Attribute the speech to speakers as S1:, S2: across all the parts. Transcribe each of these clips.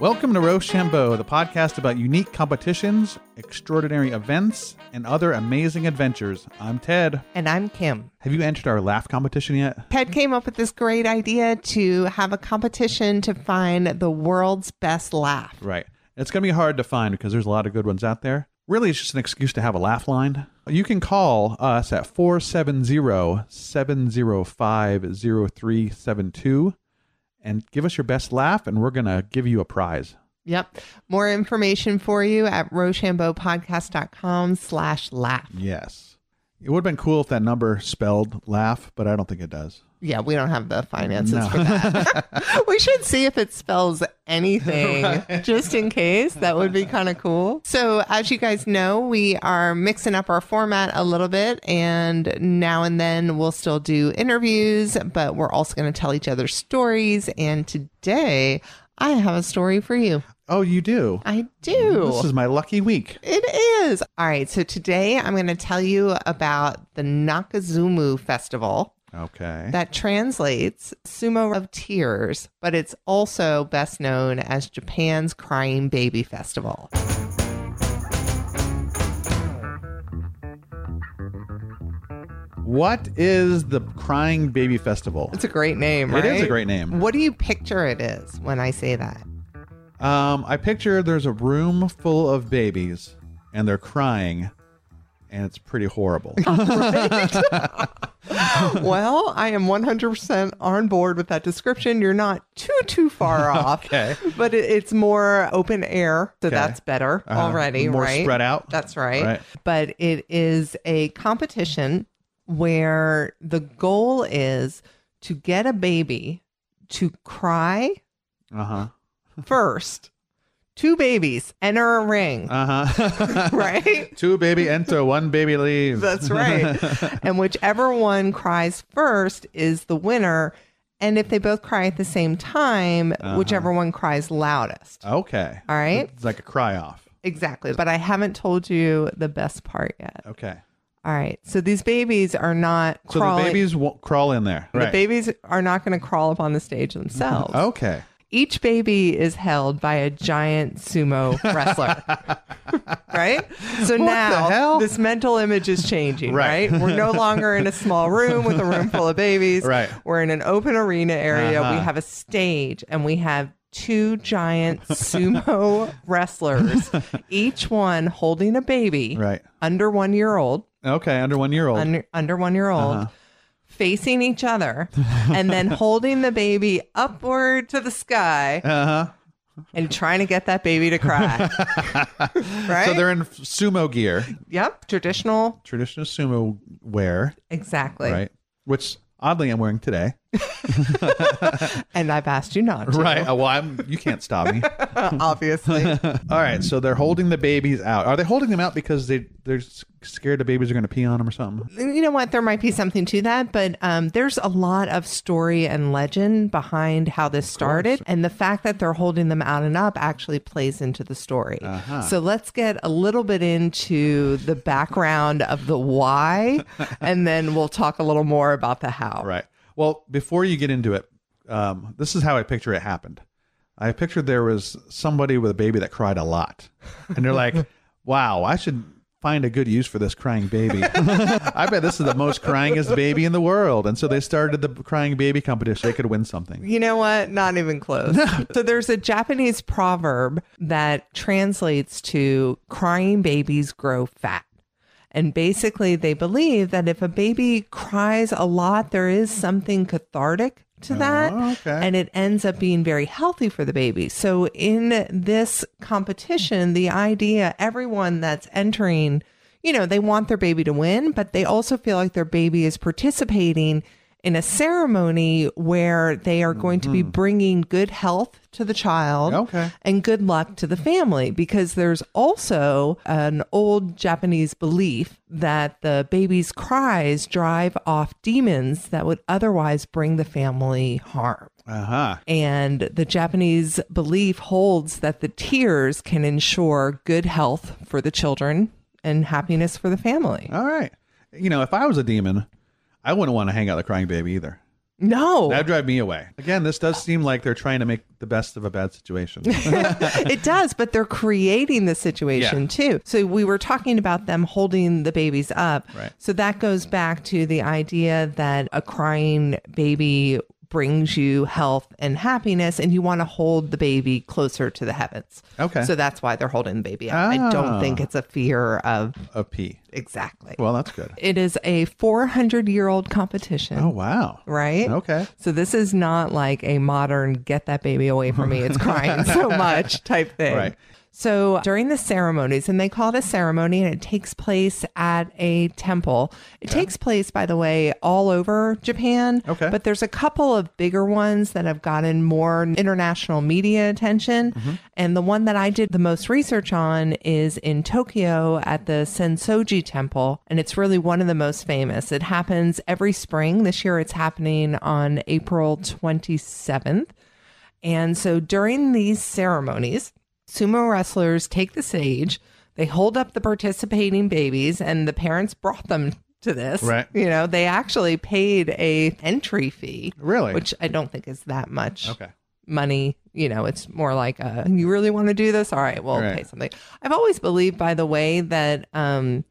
S1: Welcome to Rochambeau, the podcast about unique competitions, extraordinary events, and other amazing adventures. I'm Ted.
S2: And I'm Kim.
S1: Have you entered our laugh competition yet?
S2: Ted came up with this great idea to have a competition to find the world's best laugh.
S1: Right. It's going to be hard to find because there's a lot of good ones out there. Really, it's just an excuse to have a laugh line. You can call us at 470 705 0372 and give us your best laugh, and we're going to give you a prize.
S2: Yep. More information for you at rochambeaupodcast.com slash laugh.
S1: Yes. It would have been cool if that number spelled laugh, but I don't think it does.
S2: Yeah, we don't have the finances
S1: No.
S2: for that. we should see if it spells anything just in case. That would be kind of cool. So, as you guys know, we are mixing up our format a little bit, and now and then we'll still do interviews, but we're also going to tell each other stories. And today, I have a story for you.
S1: Oh, you do?
S2: I do.
S1: This is my lucky week.
S2: It is. All right. So today I'm going to tell you about the Nakazumu Festival
S1: Okay.
S2: that translates Sumo of Tears, but it's also best known as Japan's Crying Baby Festival.
S1: What is the Crying Baby Festival?
S2: It's a great name,
S1: It
S2: right?
S1: is a great name.
S2: What do you picture it is when I say that?
S1: Um, I picture there's a room full of babies and they're crying, and it's pretty horrible.
S2: well, I am 100% on board with that description. You're not too too far off.
S1: Okay.
S2: But it, it's more open air, so
S1: Okay.
S2: that's better
S1: Uh-huh.
S2: already,
S1: More
S2: right?
S1: spread out.
S2: That's right.
S1: Right.
S2: But it is a competition where the goal is to get a baby to cry
S1: Uh huh.
S2: first. Two babies enter a ring,
S1: Uh huh.
S2: right?
S1: Two baby enter, one baby leave.
S2: That's right. and whichever one cries first is the winner. And if they both cry at the same time,
S1: Uh-huh.
S2: whichever one cries loudest.
S1: okay.
S2: All right.
S1: It's like a cry off.
S2: Exactly. But I haven't told you the best part yet.
S1: Okay.
S2: All right. So these babies are not
S1: So
S2: crawling.
S1: the babies won't crawl in there.
S2: the babies are not going to crawl up on the stage themselves.
S1: Okay.
S2: Each baby is held by a giant sumo wrestler. right? So now
S1: hell?
S2: this mental image is changing,
S1: Right.
S2: right. We're no longer in a small room with a room full of babies.
S1: Right.
S2: We're in an open arena area.
S1: Uh-huh.
S2: We have a stage and we have two giant sumo wrestlers, each one holding a baby
S1: Right.
S2: under 1 year old,
S1: Okay. Under one year old.
S2: under, under 1 year old.
S1: Uh-huh.
S2: Facing each other and then holding the baby upward to the sky
S1: uh huh.
S2: and trying to get that baby to cry. right?
S1: So they're in sumo gear,
S2: yep, traditional.
S1: traditional sumo wear,
S2: Exactly.
S1: right? Which oddly I'm wearing today.
S2: And I've asked you not to.
S1: Right. Oh, well, I'm, you can't stop me.
S2: Obviously.
S1: All right. So they're holding the babies out. Are they holding them out because they they're s- scared the babies are going to pee on them or something?
S2: you know what? There might be something to that, but um, there's a lot of story and legend behind how this started. And the fact that they're holding them out and up actually plays into the story. So let's get a little bit into the background of the why, and then we'll talk a little more about the how.
S1: All right. Well, before you get into it, um, this is how I picture it happened. I pictured there was somebody with a baby that cried a lot, and they're like, "Wow, I should." Find a good use for this crying baby. I bet this is the most cryingest baby in the world. And so they started the crying baby competition. They could win something.
S2: You know what? Not even close. so there's a Japanese proverb that translates to crying babies grow fat. And basically, they believe that if a baby cries a lot, there is something cathartic to that.
S1: okay.
S2: And it ends up being very healthy for the baby. So, in this competition, the idea everyone that's entering, you know, they want their baby to win, but they also feel like their baby is participating in a ceremony where they are going to be bringing good health to the child
S1: Okay.
S2: and good luck to the family because there's also an old Japanese belief that the baby's cries drive off demons that would otherwise bring the family harm.
S1: Uh huh.
S2: And the Japanese belief holds that the tears can ensure good health for the children and happiness for the family.
S1: All right. You know, if I was a demon, I wouldn't want to hang out with a crying baby either.
S2: No,
S1: That would drive me away. Again, this does seem like they're trying to make the best of a bad situation.
S2: it does, but they're creating the situation
S1: Yeah.
S2: too. So we were talking about them holding the babies up.
S1: Right.
S2: So that goes back to the idea that a crying baby brings you health and happiness, and you want to hold the baby closer to the heavens.
S1: Okay.
S2: So that's why they're holding the baby up. I don't
S1: Ah.
S2: think it's a fear of
S1: a P.
S2: exactly.
S1: Well, that's good.
S2: It is a 400 year old competition,
S1: Oh, wow.
S2: right?
S1: Okay.
S2: So this is not like a modern get that baby away from me, it's crying so much type thing.
S1: Right.
S2: So during the ceremonies, and they call it a ceremony, and it takes place at a temple. It takes place, by the way, all over Japan.
S1: Okay.
S2: But there's a couple of bigger ones that have gotten more international media attention.
S1: Mm-hmm.
S2: And the one that I did the most research on is in Tokyo at the Sensoji Temple. And it's really one of the most famous. It happens every spring. This year it's happening on April 27th. And so during these ceremonies, sumo wrestlers take the stage, they hold up the participating babies, and the parents brought them to this.
S1: Right.
S2: You know, they actually paid a entry fee.
S1: Really?
S2: Which I don't think is that much
S1: Okay.
S2: money. You know, it's more like a, you really want to do this? All right, we'll
S1: Right.
S2: pay something. I've always believed, by the way, that um,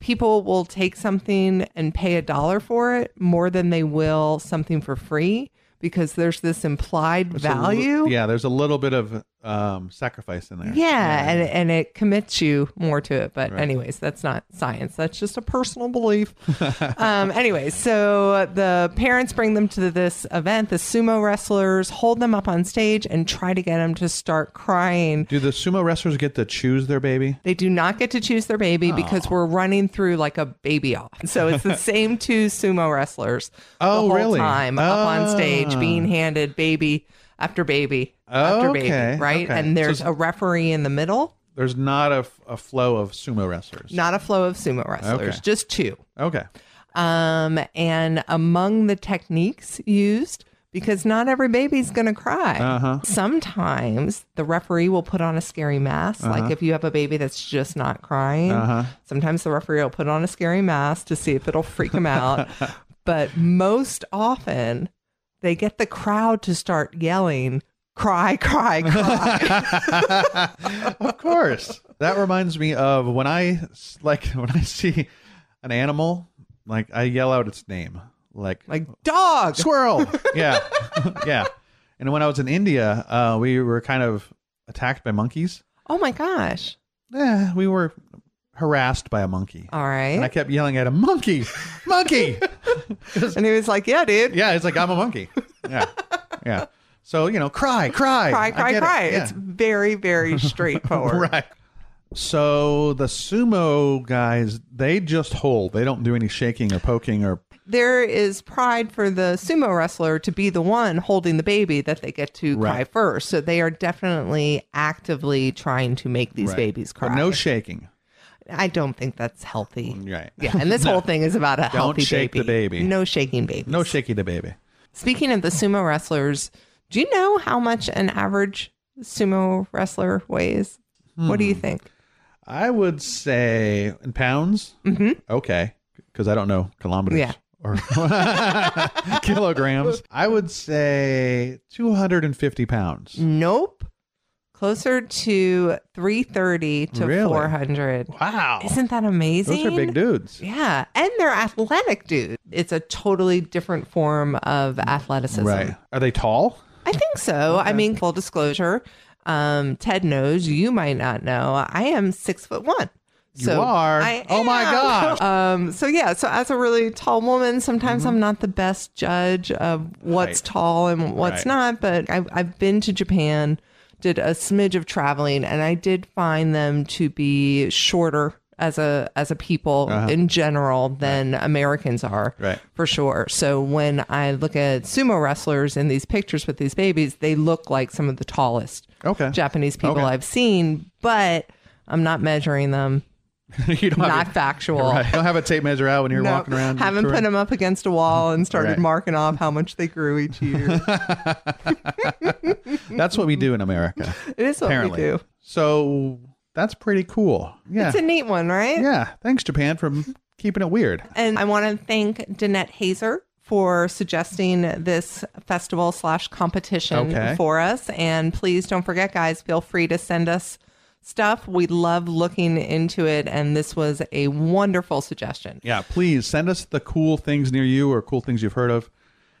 S2: people will take something and pay a dollar for it more than they will something for free because there's this implied
S1: It's a li-
S2: value.
S1: yeah, there's a little bit of um, sacrifice in there.
S2: Yeah, and, and it commits you more to it. But
S1: Right.
S2: anyways, that's not science. That's just a personal belief. um, anyways, so the parents bring them to this event. The sumo wrestlers hold them up on stage and try to get them to start crying.
S1: Do the sumo wrestlers get to choose their baby?
S2: They do not get to choose their baby
S1: Oh.
S2: because we're running through like a baby off. So it's the same two sumo wrestlers the
S1: Oh,
S2: whole
S1: really?
S2: time up on
S1: Ah.
S2: stage being handed baby after baby after
S1: Okay,
S2: baby, right?
S1: okay.
S2: And there's
S1: So-
S2: a referee in the middle.
S1: There's not a, f- a flow of sumo wrestlers.
S2: Not a flow of sumo wrestlers,
S1: Okay.
S2: just two.
S1: Okay.
S2: Um, and among the techniques used, because not every baby's going to cry.
S1: Uh-huh.
S2: Sometimes the referee will put on a scary mask.
S1: Uh-huh.
S2: Like if you have a baby that's just not crying, sometimes the referee will put on a scary mask to see if it'll freak them out. but most often, they get the crowd to start yelling, cry, cry, cry.
S1: of course. That reminds me of when I s- like when I see an animal, like I yell out its name, like
S2: like, dog.
S1: squirrel. yeah, yeah. And when I was in India, uh, we were kind of attacked by monkeys.
S2: Oh my gosh.
S1: Yeah, we were harassed by a monkey,
S2: All right.
S1: and I kept yelling at him, "Monkey, monkey!"
S2: And he was like, yeah, dude.
S1: yeah, it's like I'm a monkey. Yeah, yeah. So you know, cry, cry,
S2: cry,
S1: I
S2: cry,
S1: get it.
S2: cry.
S1: Yeah.
S2: It's very, very straightforward.
S1: right. So the sumo guys, they just hold. They don't do any shaking or poking or
S2: There is pride for the sumo wrestler to be the one holding the baby that they get to cry
S1: Right.
S2: first. So they are definitely actively trying to make these
S1: Right.
S2: babies
S1: or
S2: cry.
S1: no shaking.
S2: I don't think that's healthy.
S1: Right.
S2: Yeah, and this whole thing is about a healthy
S1: shake the baby.
S2: No shaking babies.
S1: No shaking the baby.
S2: Speaking of the sumo wrestlers, do you know how much an average sumo wrestler weighs? What
S1: Hmm.
S2: do you think?
S1: I would say in pounds. Mm-hmm. Okay, because I don't know kilometers
S2: Yeah.
S1: or kilograms. I would say 250 pounds.
S2: Mm. Nope. Closer to 330 to
S1: Really?
S2: 400.
S1: Wow,
S2: Isn't that amazing?
S1: those are big dudes.
S2: Yeah. And they're athletic, dude. It's a totally different form of athleticism.
S1: Right? Are they tall?
S2: I think so. I mean, full disclosure, um, Ted knows, you might not know, I am six foot one.
S1: You are? Oh my
S2: am.
S1: gosh. Mm-hmm.
S2: Um, so yeah, so as a really tall woman, sometimes I'm not the best judge of what's
S1: Right.
S2: tall and what's
S1: Right.
S2: not, but I've, I've been to Japan, did a smidge of traveling, and I did find them to be shorter as a as a people
S1: Uh-huh.
S2: in general than Americans are
S1: Right.
S2: for sure. So when I look at sumo wrestlers in these pictures with these babies, they look like some of the tallest
S1: Okay,
S2: Japanese people
S1: Okay.
S2: I've seen, but I'm not measuring them.
S1: you don't
S2: Not
S1: have a,
S2: factual.
S1: right. You don't have a tape measure out when you're
S2: No,
S1: walking around.
S2: haven't
S1: touring?
S2: put them up against a wall and started
S1: Right.
S2: marking off how much they grew each year.
S1: That's what we do in America.
S2: it is what
S1: apparently.
S2: we do.
S1: So that's pretty cool. Yeah.
S2: It's a neat one, right?
S1: yeah. Thanks, Japan, for keeping it weird.
S2: And I want to thank Danette Hazer for suggesting this festival slash competition
S1: Okay.
S2: for us. And please don't forget, guys, feel free to send us stuff. We love looking into it. And this was a wonderful suggestion.
S1: Yeah, please send us the cool things near you or cool things you've heard of.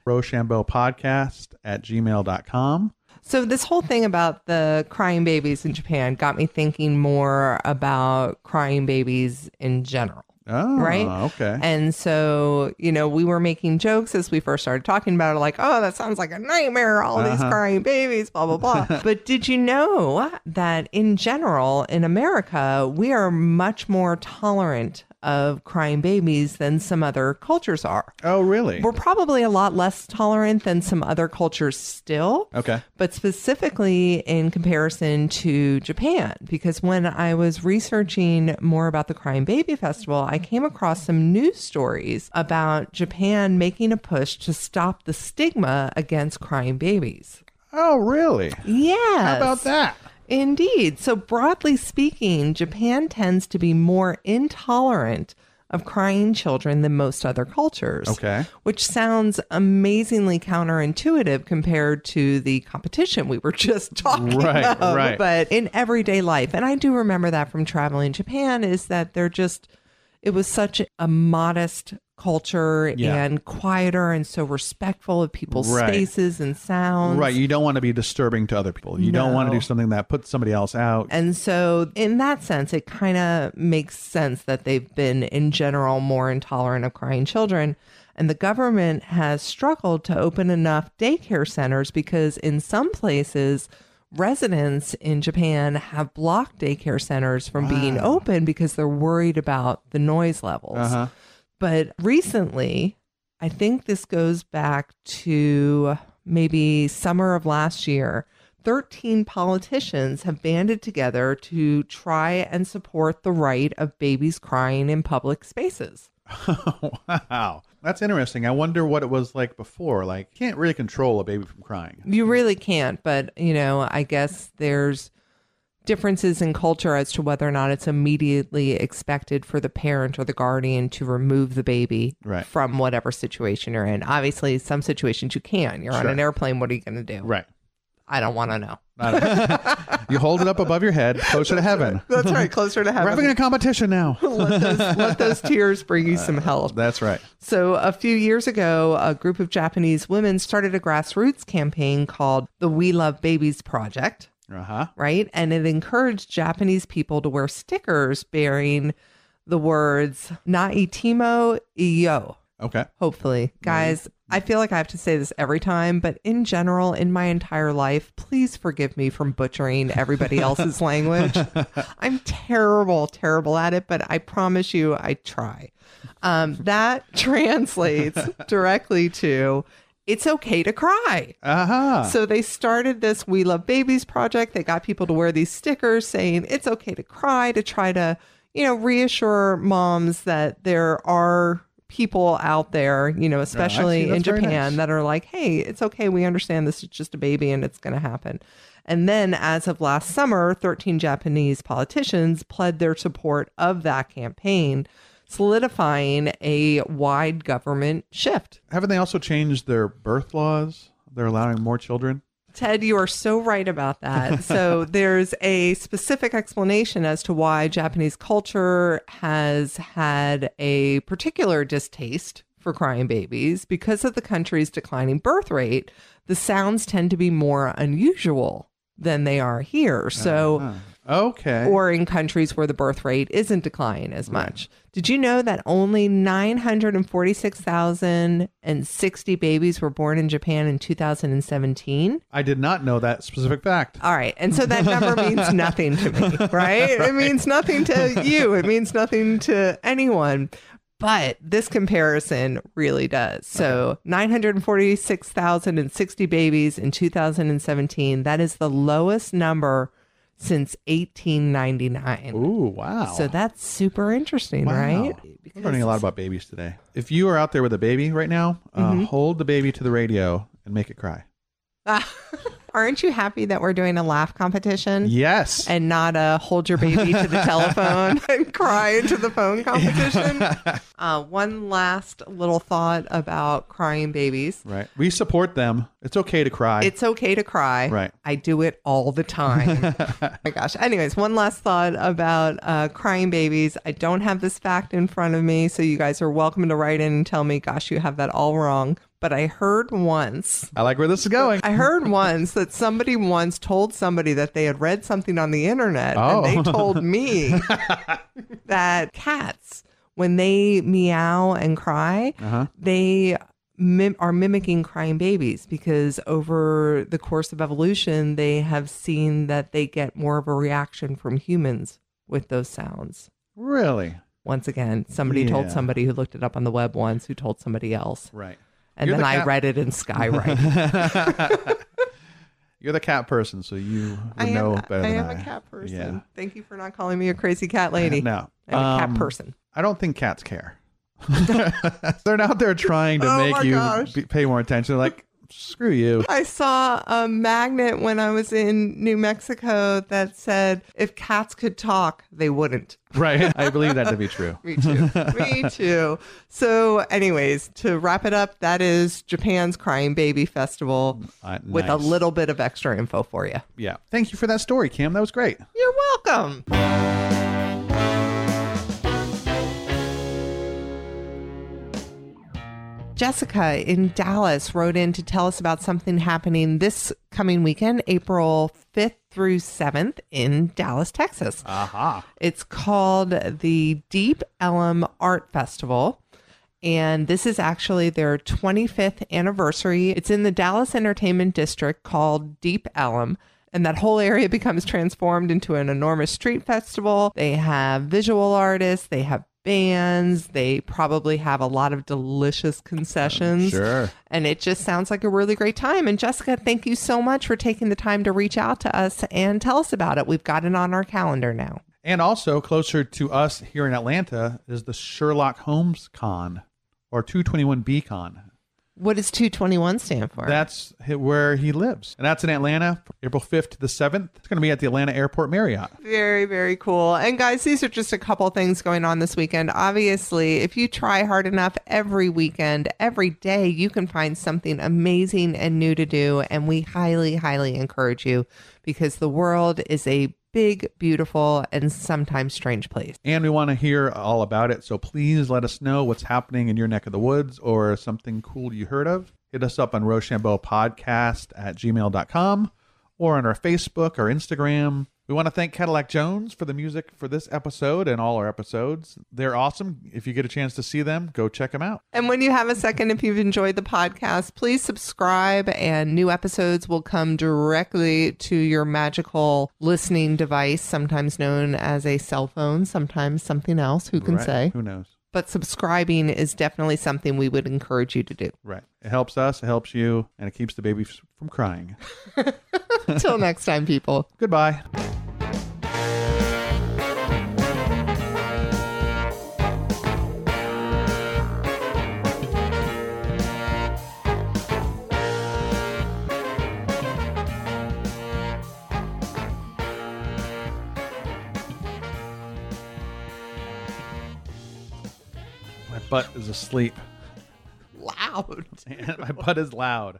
S1: Rochambeau podcast at gmail.com.
S2: So this whole thing about the crying babies in Japan got me thinking more about crying babies in general.
S1: Oh,
S2: Right?
S1: Okay.
S2: And so, you know, we were making jokes as we first started talking about it, like, oh, that sounds like a nightmare, all these crying babies, blah, blah, blah. but did you know that in general, in America, we are much more tolerant of crying babies than some other cultures are?
S1: oh, really?
S2: We're probably a lot less tolerant than some other cultures still
S1: Okay.
S2: but specifically in comparison to Japan. Because when I was researching more about the Crying Baby Festival, I came across some news stories about Japan making a push to stop the stigma against crying babies.
S1: Oh, really?
S2: Yeah.
S1: How about that?
S2: Indeed. So, broadly speaking, Japan tends to be more intolerant of crying children than most other cultures.
S1: Okay.
S2: Which sounds amazingly counterintuitive compared to the competition we were just talking
S1: Right,
S2: about.
S1: right.
S2: But in everyday life, and I do remember that from traveling Japan, is that they're just, it was such a modest culture
S1: Yeah.
S2: and quieter and so respectful of people's
S1: Right.
S2: spaces and sounds.
S1: Right. You don't want to be disturbing to other people. You don't want to
S2: No.
S1: do something that puts somebody else out.
S2: And so, in that sense, it kind of makes sense that they've been, in general, more intolerant of crying children. And the government has struggled to open enough daycare centers because, in some places, residents in Japan have blocked daycare centers from being open because they're worried about the noise levels.
S1: Uh-huh.
S2: But recently, I think this goes back to maybe summer of last year. 13 politicians have banded together to try and support the right of babies crying in public spaces.
S1: wow. That's interesting. I wonder what it was like before. Like, you can't really control a baby from crying.
S2: You really can't, but you know, I guess there's differences in culture as to whether or not it's immediately expected for the parent or the guardian to remove the baby
S1: Right.
S2: from whatever situation you're in. Obviously, some situations you can. You're on
S1: Sure.
S2: an airplane, what are you going to do?
S1: Right.
S2: I don't want to know.
S1: You hold it up above your head, closer to heaven.
S2: That's right, closer to
S1: We're having
S2: heaven.
S1: a competition now.
S2: let, those, let those tears bring you some help.
S1: That's right.
S2: So, a few years ago, a group of Japanese women started a grassroots campaign called the We Love Babies Project,
S1: Uh huh.
S2: right? And it encouraged Japanese people to wear stickers bearing the words Naitimo Iyo.
S1: Okay.
S2: Hopefully, guys, I feel like I have to say this every time, but in general, in my entire life, please forgive me from butchering everybody else's language. I'm terrible, terrible at it, but I promise you I try. Um, that translates directly to it's okay to cry.
S1: Uh huh.
S2: So they started this We Love Babies project. They got people to wear these stickers saying it's okay to cry to try to, you know, reassure moms that there are people out there, you know, especially in
S1: Oh, that's very
S2: Japan
S1: nice.
S2: that are like, "Hey, it's okay. We understand this is just a baby and it's going to happen." And then as of last summer, 13 Japanese politicians pled their support of that campaign, solidifying a wide government shift.
S1: Haven't they also changed their birth laws? They're allowing more children.
S2: Ted, you are so right about that. So there's a specific explanation as to why Japanese culture has had a particular distaste for crying babies because of the country's declining birth rate. The sounds tend to be more unusual than they are here. So
S1: Okay.
S2: or in countries where the birth rate isn't declining as much. Did you know that only 946,060 babies were born in Japan in 2017?
S1: I did not know that specific fact.
S2: All right. And so that number means nothing to me, right? It means nothing to you. It means nothing to anyone. But this comparison really does. So 946,060 babies in 2017. That is the lowest number since 1899.
S1: Ooh, wow.
S2: So that's super interesting, right?
S1: I'm learning a lot about babies today. If you are out
S2: Mm-hmm.
S1: there with a baby right now, uh, hold the baby to the radio and make it cry.
S2: Aren't you happy that we're doing a laugh competition?
S1: Yes.
S2: And not a hold your baby to the telephone and cry into the phone competition. Uh, one last little thought about crying babies.
S1: right. We support them. It's okay to cry.
S2: It's okay to cry.
S1: Right.
S2: I do it all the time. Oh my gosh. Anyways, one last thought about uh, crying babies. I don't have this fact in front of me, so you guys are welcome to write in and tell me, gosh, you have that all wrong. But I heard once.
S1: I like where this is going.
S2: I heard once that somebody once told somebody that they had read something on the internet
S1: Oh.
S2: and they told me that cats when they meow and cry,
S1: Uh-huh.
S2: they mim- are mimicking crying babies because over the course of evolution, they have seen that they get more of a reaction from humans with those sounds.
S1: Really?
S2: Once again, somebody told
S1: Yeah.
S2: somebody who looked it up on the web once who told somebody else.
S1: Right.
S2: And
S1: You're
S2: then
S1: the
S2: I
S1: cat-
S2: read it in Skywrite.
S1: You're the cat person, so you would
S2: I am,
S1: know better
S2: I
S1: than
S2: am
S1: I
S2: a cat person.
S1: Yeah.
S2: Thank you for not calling me a crazy cat lady.
S1: No.
S2: I'm a
S1: Um,
S2: cat person.
S1: I don't think cats care. They're out there trying to
S2: Oh my
S1: make you
S2: gosh.
S1: be, pay more attention. They're like, screw you.
S2: I saw a magnet when I was in New Mexico that said, if cats could talk, they wouldn't.
S1: Right. I believe that to be true.
S2: Me too. Me too. So, anyways, to wrap it up, that is Japan's Crying Baby Festival
S1: Uh,
S2: with a
S1: nice.
S2: little bit of extra info for you.
S1: Yeah. Thank you for that story, Cam. That was great.
S2: You're welcome. Jessica in Dallas wrote in to tell us about something happening this coming weekend, April 5th through 7th in Dallas, Texas.
S1: Aha.
S2: It's called the Deep Elm Art Festival. And this is actually their 25th anniversary. It's in the Dallas Entertainment District called Deep Elm. And that whole area becomes transformed into an enormous street festival. They have visual artists, they have bands, they probably have a lot of delicious concessions.
S1: Sure.
S2: And it just sounds like a really great time. And Jessica, thank you so much for taking the time to reach out to us and tell us about it. We've got it on our calendar now.
S1: And also closer to us here in Atlanta is the Sherlock Holmes Con or 221B Con.
S2: What does 221 stand for?
S1: That's hi- where he lives. And that's in Atlanta, April 5th to the 7th. It's going to be at the Atlanta Airport Marriott.
S2: very, very cool. And guys, these are just a couple things going on this weekend. Obviously, if you try hard enough every weekend, every day, you can find something amazing and new to do. And we highly, highly encourage you because the world is a big, beautiful, and sometimes strange place.
S1: And we want to hear all about it. So please let us know what's happening in your neck of the woods or something cool you heard of. Hit us up on Rochambeau Podcast at gmail.com or on our Facebook or Instagram. We want to thank Cadillac Jones for the music for this episode and all our episodes. They're awesome. If you get a chance to see them, go check them out.
S2: And when you have a second, if you've enjoyed the podcast, please subscribe, and new episodes will come directly to your magical listening device, sometimes known as a cell phone, sometimes something else, who can
S1: Right.
S2: say.
S1: Who knows?
S2: But subscribing is definitely something we would encourage you to do.
S1: Right. It helps us, it helps you, and it keeps the baby f- from crying.
S2: Until next time, people.
S1: Goodbye. My butt is asleep
S2: Loud.
S1: and my butt is loud.